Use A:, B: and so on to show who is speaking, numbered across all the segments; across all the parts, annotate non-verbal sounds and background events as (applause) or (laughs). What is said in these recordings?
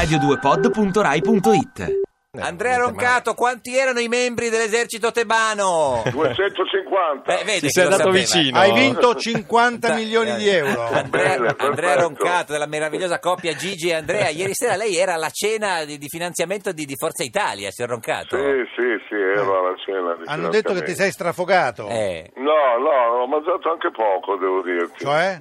A: radio2pod.rai.it
B: Eh,
C: Andrea Roncato, quanti erano i membri dell'esercito
B: (laughs)
C: tebano?
D: 250.
C: Eh, vedi
B: Ci
C: che
B: sei
C: lo
B: andato
C: sapeva.
B: vicino.
E: Hai vinto 50
C: Da-
E: milioni di euro.
C: Andrea,
D: Bene,
C: Andrea
D: perfetto.
C: Roncato, della meravigliosa coppia Gigi e Andrea. Ieri sera lei era alla cena di, di finanziamento di, di Forza Italia, signor Roncato.
D: Sì, sì, sì, ero alla cena. di
E: Eh. Hanno detto che ti sei strafogato.
C: Eh,
D: No, no, ho mangiato anche poco, devo dirti.
E: Cioè?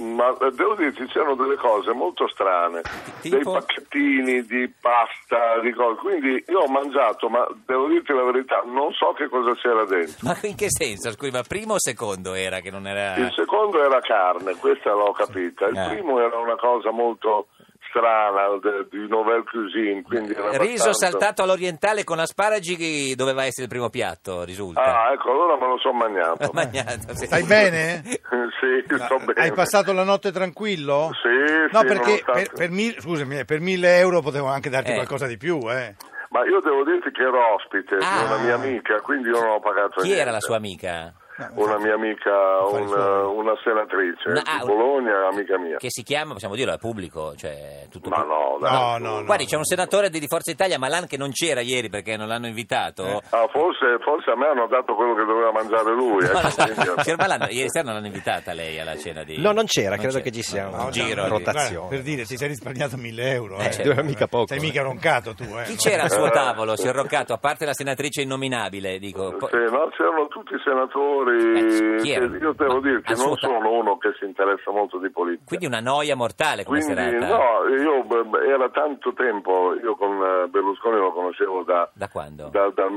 D: Ma eh, devo dirti, c'erano delle cose molto strane,
C: Tipo?
D: dei pacchettini di pasta, di cose. Quindi io ho mangiato, ma devo dirti la verità, non so che cosa c'era dentro.
C: ma in che senso? Scusi, ma primo o secondo era che non era...
E: Eh.
D: Il secondo era carne, questa l'ho capita. Il
C: Ah.
D: primo era una cosa molto strana, de- di nouvelle cuisine, quindi era
C: Riso
D: abbastanza-
C: saltato all'orientale con asparagi che doveva essere il primo piatto, (laughs) risulta.
D: Ah, ecco, allora me lo sono mangiato.
C: Magnato, sì.
E: Stai bene?
D: Eh, sì, sto
C: eh,
D: bene.
E: Hai passato la notte tranquillo?
D: Sì,
E: No,
D: sì,
E: perché
D: nonostante-
E: per, per mille- scusami, per 1000 euro potevo anche darti
C: Eh.
E: qualcosa di più, eh.
D: Ma io devo dirti che ero ospite
C: Ah.
D: di una mia amica, quindi io non ho pagato
C: Chi
D: niente.
C: era la sua amica?
D: Una mia amica,
E: Fare
D: una,
E: fuori.
D: una senatrice
C: No, ah,
D: di Bologna, amica mia.
C: Che si chiama, possiamo dirlo, è pubblico, cioè tutto
D: Ma no, dai.
E: No, no, no.
C: Guardi, c'è un senatore di di Forza Italia, Malan, che non c'era ieri perché non l'hanno invitato.
D: Ah, forse, forse a me hanno dato quello che doveva mangiare lui.
C: Ma
D: ecco,
C: la-
D: quindi-
C: Signor (laughs) Malan, ieri sera non l'hanno invitata lei alla cena di...
B: No, non c'era, credo che ci sia
C: No,
B: un
C: giro
B: giro
C: di-
E: Guarda,
B: rotazione.
E: per dire, ti sei risparmiato 1000 euro,
C: Eh,
E: eh.
C: certo.
B: Eh, mica poco,
E: Sei
B: eh.
E: mica roncato tu, eh.
C: Chi c'era al suo tavolo, signor Roccato, a parte la senatrice innominabile? Dico, po-
D: Sì, no, c'erano tutti i senatori.
C: Eh, sì, chi era?
D: che io
C: Ma-
D: devo dirti,
C: al suo
D: non
C: ta-
D: sono uno che si interessa molto di politica.
C: Quindi una noia mortale come
D: Quindi,
C: serata.
D: no, io beh, era tanto tempo, io con eh, Berlusconi lo conoscevo da,
C: Da quando?
D: da- dal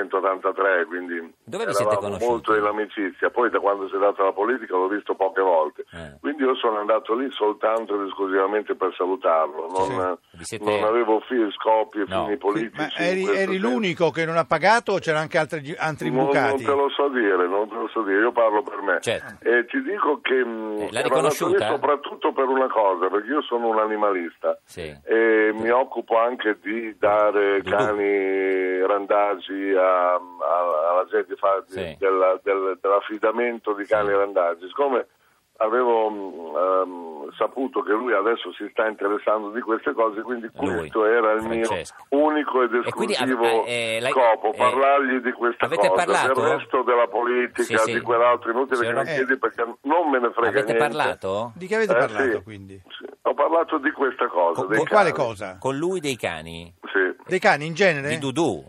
D: 1983, quindi
C: Dove vi siete
D: eravamo
C: conosciuti?
D: molto in amicizia. Poi da quando si è data la politica l'ho visto poche volte,
C: Eh.
D: quindi io sono andato lì soltanto ed esclusivamente per salutarlo, non,
C: Vi siete-
D: non avevo fi- scopi e
C: No.
D: fini politici.
E: Ma
D: in
E: eri,
D: questo
E: eri
D: senso.
E: l'unico che non ha pagato o c'erano anche altri, gi- altri
D: Non, non
E: bucati?
D: te lo so dire, non te lo so dire, io parlo per me.
C: Certo.
D: E ti dico che
C: Eh,
D: mh,
C: l'ha
D: ero andato lì
C: riconosciuta?
D: soprattutto per una cosa, perché io sono un animalista
C: Sì.
D: e mi occupo anche di dare
C: Dudu.
D: cani randagi a- a- alla gente fa- di-
C: Sì.
D: della- del- dell'affidamento di cani randagi. Siccome avevo mh, ehm, saputo che lui adesso si sta interessando di queste cose, quindi
C: Lui,
D: questo era il
C: Francesco.
D: mio unico ed
C: E quindi,
D: esclusivo
C: eh, eh, lei-
D: scopo,
C: eh,
D: parlargli di queste
C: avete
D: cose.
C: parlato?
D: Del resto della politica,
C: Sì, sì.
D: di quell'altro, inutile
C: Signor
D: che mi
E: Ron-
D: chiedi perché non me ne frega
C: Avete
D: niente.
C: parlato?
E: Di che avete
D: Eh,
E: parlato
D: sì.
E: quindi?
D: Sì, Ho parlato di questa cosa.
C: Con-
D: dei
E: Con quale
D: cani.
E: cosa?
C: Con lui dei cani?
D: Sì.
E: Dei cani in
B: Eh?
E: genere?
C: Di Dudu?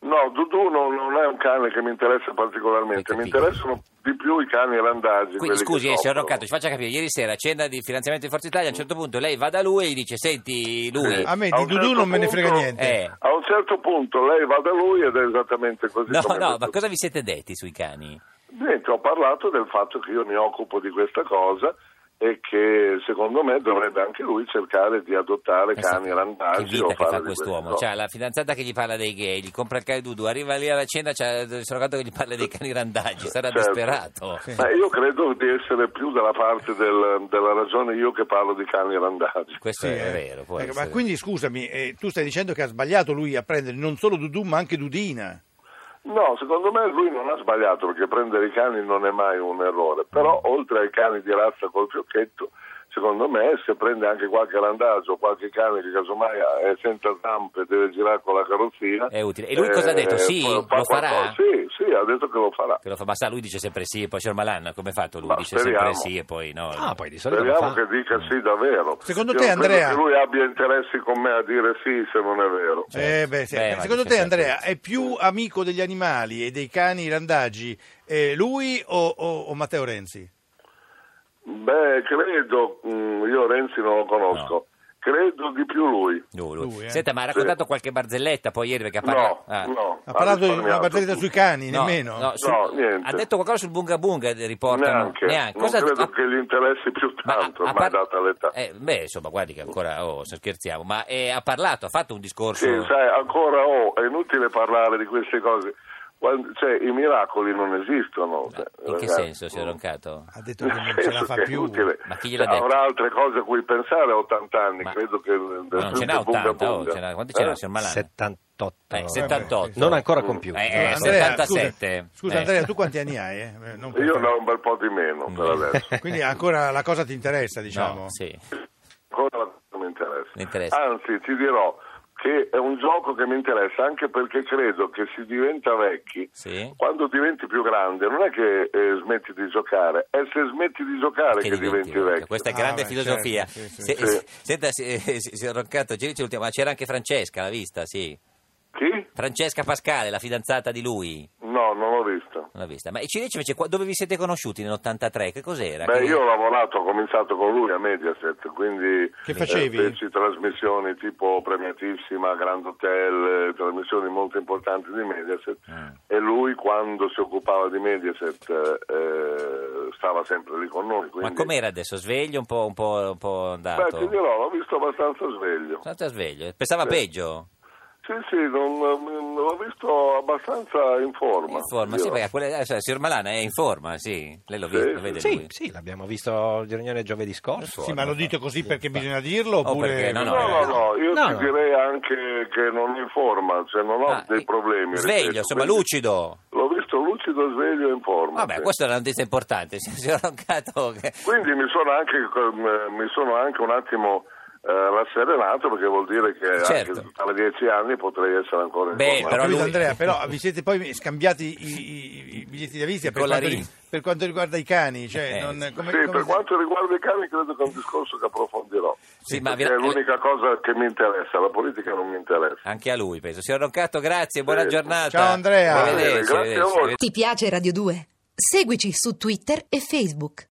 D: No, Dudu non, non è un cane che mi interessa particolarmente,
C: Hai
D: mi
C: capito.
D: interessano di più i cani randagi.
C: Quindi,
D: quelli che
C: scusi, eh, signor
D: soffrono.
C: Roccato, ci faccia capire, ieri sera cena di finanziamento di Forza Italia, a un certo punto lei va da lui e gli dice, senti lui...
E: A me
D: A
E: di
D: un
E: Dudu
D: certo
E: non me ne frega
D: punto-
E: niente.
C: Eh,
D: A un certo punto lei va da lui ed è esattamente così.
C: No,
D: come ha
C: no,
D: detto.
C: ma cosa vi siete detti sui cani?
D: Niente, ho parlato del fatto che io mi occupo di questa cosa e che secondo me dovrebbe anche lui cercare di adottare cani
C: che
D: randagi
C: vita
D: o
C: che
D: fare
C: fa
D: di queste
C: quest'uomo? Cioè,
D: cose.
C: C'ha la fidanzata che gli parla dei gay, gli compra il cane Dudu, arriva lì alla cena, c'ha il surrogato che gli parla dei cani
D: (laughs)
C: randaggi, sarà
D: Certo.
C: disperato.
D: Ma io credo di essere più dalla parte del- della ragione io che parlo di cani randagi.
C: Questo
E: Sì,
C: Cioè, è
E: eh.
C: vero. può
E: Ecco, ma
C: essere.
E: quindi scusami, eh, tu stai dicendo che ha sbagliato lui a prendere non solo Dudu ma anche Dudina.
D: No, secondo me lui non ha sbagliato perché prendere i cani non è mai un errore, però oltre ai cani di razza col fiocchetto, secondo me se prende anche qualche randagio, qualche cane che casomai è senza zampe e deve girare con la carrozzina. eh,
C: È utile. E lui cosa ha detto? Sì?
D: fa
C: Lo farà?
D: qualcosa. Sì, sì, ha detto che lo farà.
C: Che lo fa- ma sa, lui dice sempre sì, e poi signor Malan, come è fatto lui?
D: Ma
C: dice
D: speriamo.
C: sempre sì e poi no.
B: Ah, poi di solito lo
D: Speriamo
B: fa.
D: che dica sì davvero.
E: Secondo
D: Io
E: te,
D: non credo
E: Andrea-
D: Che lui abbia interessi con me a dire sì se non è vero.
C: Certo.
E: Eh, beh, sì.
C: Beh, ma
E: Secondo
C: dice
E: te Andrea
C: sempre-
E: è più amico degli animali e dei cani randaggi eh, lui o, o- o Matteo Renzi?
D: Beh, credo, mm, io Renzi non lo conosco, credo di più lui.
C: Lui, lui.
E: Lui, eh.
C: Senta, ma ha raccontato qualche barzelletta poi ieri perché eh. ha parlato... ah.
D: No, no.
E: Ha parlato di una
D: risparmiato
E: barzelletta
D: tutto.
E: sui cani,
C: No,
E: nemmeno?
C: no, sul-
D: No, niente.
C: ha detto qualcosa sul bunga bunga riportano
D: Neanche, non
C: Cosa-
D: credo
C: ha- Ah,
D: che gli interessi più
C: Ma ha-
D: tanto,
C: ha
D: ma,
C: par-
D: data l'età.
C: Eh, beh, insomma, guardi che ancora oh, se scherziamo, ma eh, ha parlato, ha fatto un discorso.
D: Sì, sai, ancora oh, è inutile parlare di queste cose. Quando- cioè, i miracoli non esistono. cioè,
C: Ma Eh, in
D: ragazzi.
C: che senso si è roncato?
E: Ha
D: (laughs)
E: detto
D: Nel
E: che non ce la
D: senso
E: fa
D: che è
E: più.
D: inutile.
C: Ma chi gliel'ha
D: Cioè,
C: detto?
D: Avrà altre cose a cui pensare a 80 anni,
C: Ma-
D: credo che...
C: Ma non ce n'ha 80, oh, ce n'ha- quanti ce n'ha,
D: Eh,
C: signor Malan?
B: 78.
C: Eh, 78.
B: Non ancora compiuto.
C: Eh, eh,
E: Andrea,
C: 77.
E: Scusa, scusa,
C: Eh.
E: Andrea, tu quanti anni hai? eh? Eh, non per
D: Io
E: fare-
D: ne ho un bel po' di
C: Mm. (laughs)
D: meno per adesso.
E: Quindi ancora la cosa ti interessa, diciamo.
C: No, sì.
D: Ancora non mi interessa.
C: Mi interessa.
D: Anzi, ti dirò che è un gioco che mi interessa anche perché credo che si diventa vecchi
C: Sì.
D: quando diventi più grande non è che eh, smetti di giocare, è se smetti di giocare che, diventi, vecchio.
C: Questa è
E: Ah,
C: grande
E: beh,
C: filosofia.
E: certo, sì, sì,
C: Se-
D: sì.
C: se- Senta, si- eh, si- signor Roncato, ci dice l'ultima, ma c'era anche Francesca, l'ha vista, sì.
D: Chi?
C: Francesca Pascale, la fidanzata di lui.
D: No, non l'ho visto.
C: Non l'ha vista. Ma e ci dice invece qua- dove vi siete conosciuti nell'83? Che cos'era?
D: Beh,
C: Che-
D: io ho lavorato, ho cominciato con lui a Mediaset, quindi
E: Che facevi?
D: eh, feci trasmissioni tipo Premiatissima, Grand Hotel, eh, trasmissioni molto importanti di Mediaset
C: Ah.
D: e lui quando si occupava di Mediaset eh, stava sempre lì con noi.
C: Ma
D: Quindi...
C: com'era adesso? Sveglio un po', un po', un po
D: Beh, ti
C: andato?
D: dirò, l'ho visto abbastanza sveglio.
C: Stato sveglio. eh. Pensava
D: Sì.
C: peggio?
D: Sì, sì, non- mm, l'ho visto abbastanza in forma.
C: In forma,
D: ti
C: sì,
D: dirò.
C: perché quella, eh, cioè, signor Malana è in forma, sì. Lei lo
D: Sì,
C: vede, lo vede
B: Sì,
C: eh, lui.
B: sì, l'abbiamo visto il riunione giovedì scorso.
E: Sì, ma lo dite così perché bisogna dirlo
C: Oh, perché
E: oppure...
C: no,
D: No, no,
C: eh,
D: no, io
B: no,
D: ti
B: no.
D: direi anche che non in forma, cioè non ho
C: Ah,
D: dei
C: eh,
D: problemi. ripeto,
C: Sveglio, insomma,
D: quindi-
C: lucido.
D: L'ho visto lucido, sveglio e in forma.
C: Vabbè,
D: sì.
C: questa è una notizia importante, (laughs) signor Roncato. (laughs) che-
D: Quindi mi sono, anche, ehm, mi sono anche un attimo eh, rasserenato perché vuol dire che
C: Certo.
D: anche tra dieci anni potrei essere ancora in
C: Beh,
D: forma.
E: Ho
C: però
E: capito,
C: lui- (laughs)
E: Andrea, però vi siete poi scambiati i, i- i biglietti da visita per quanto,
C: collarini.
E: ri- per quanto riguarda i cani. Cioè,
C: Eh,
E: non-
C: sì.
E: come-
D: Sì,
E: come-
D: per quanto riguarda i cani credo che è un discorso che approfondirò.
C: Sì, ma vi-
D: perché è l'unica cosa che mi interessa, la politica non mi interessa.
C: Anche a lui, penso. Signor Roncato, grazie, buona
D: Sì.
C: giornata.
E: Ciao, Andrea.
C: Arrivederci,
D: Grazie a voi.
C: arrivederci.
A: Ti piace Radio 2? Seguici su Twitter e Facebook.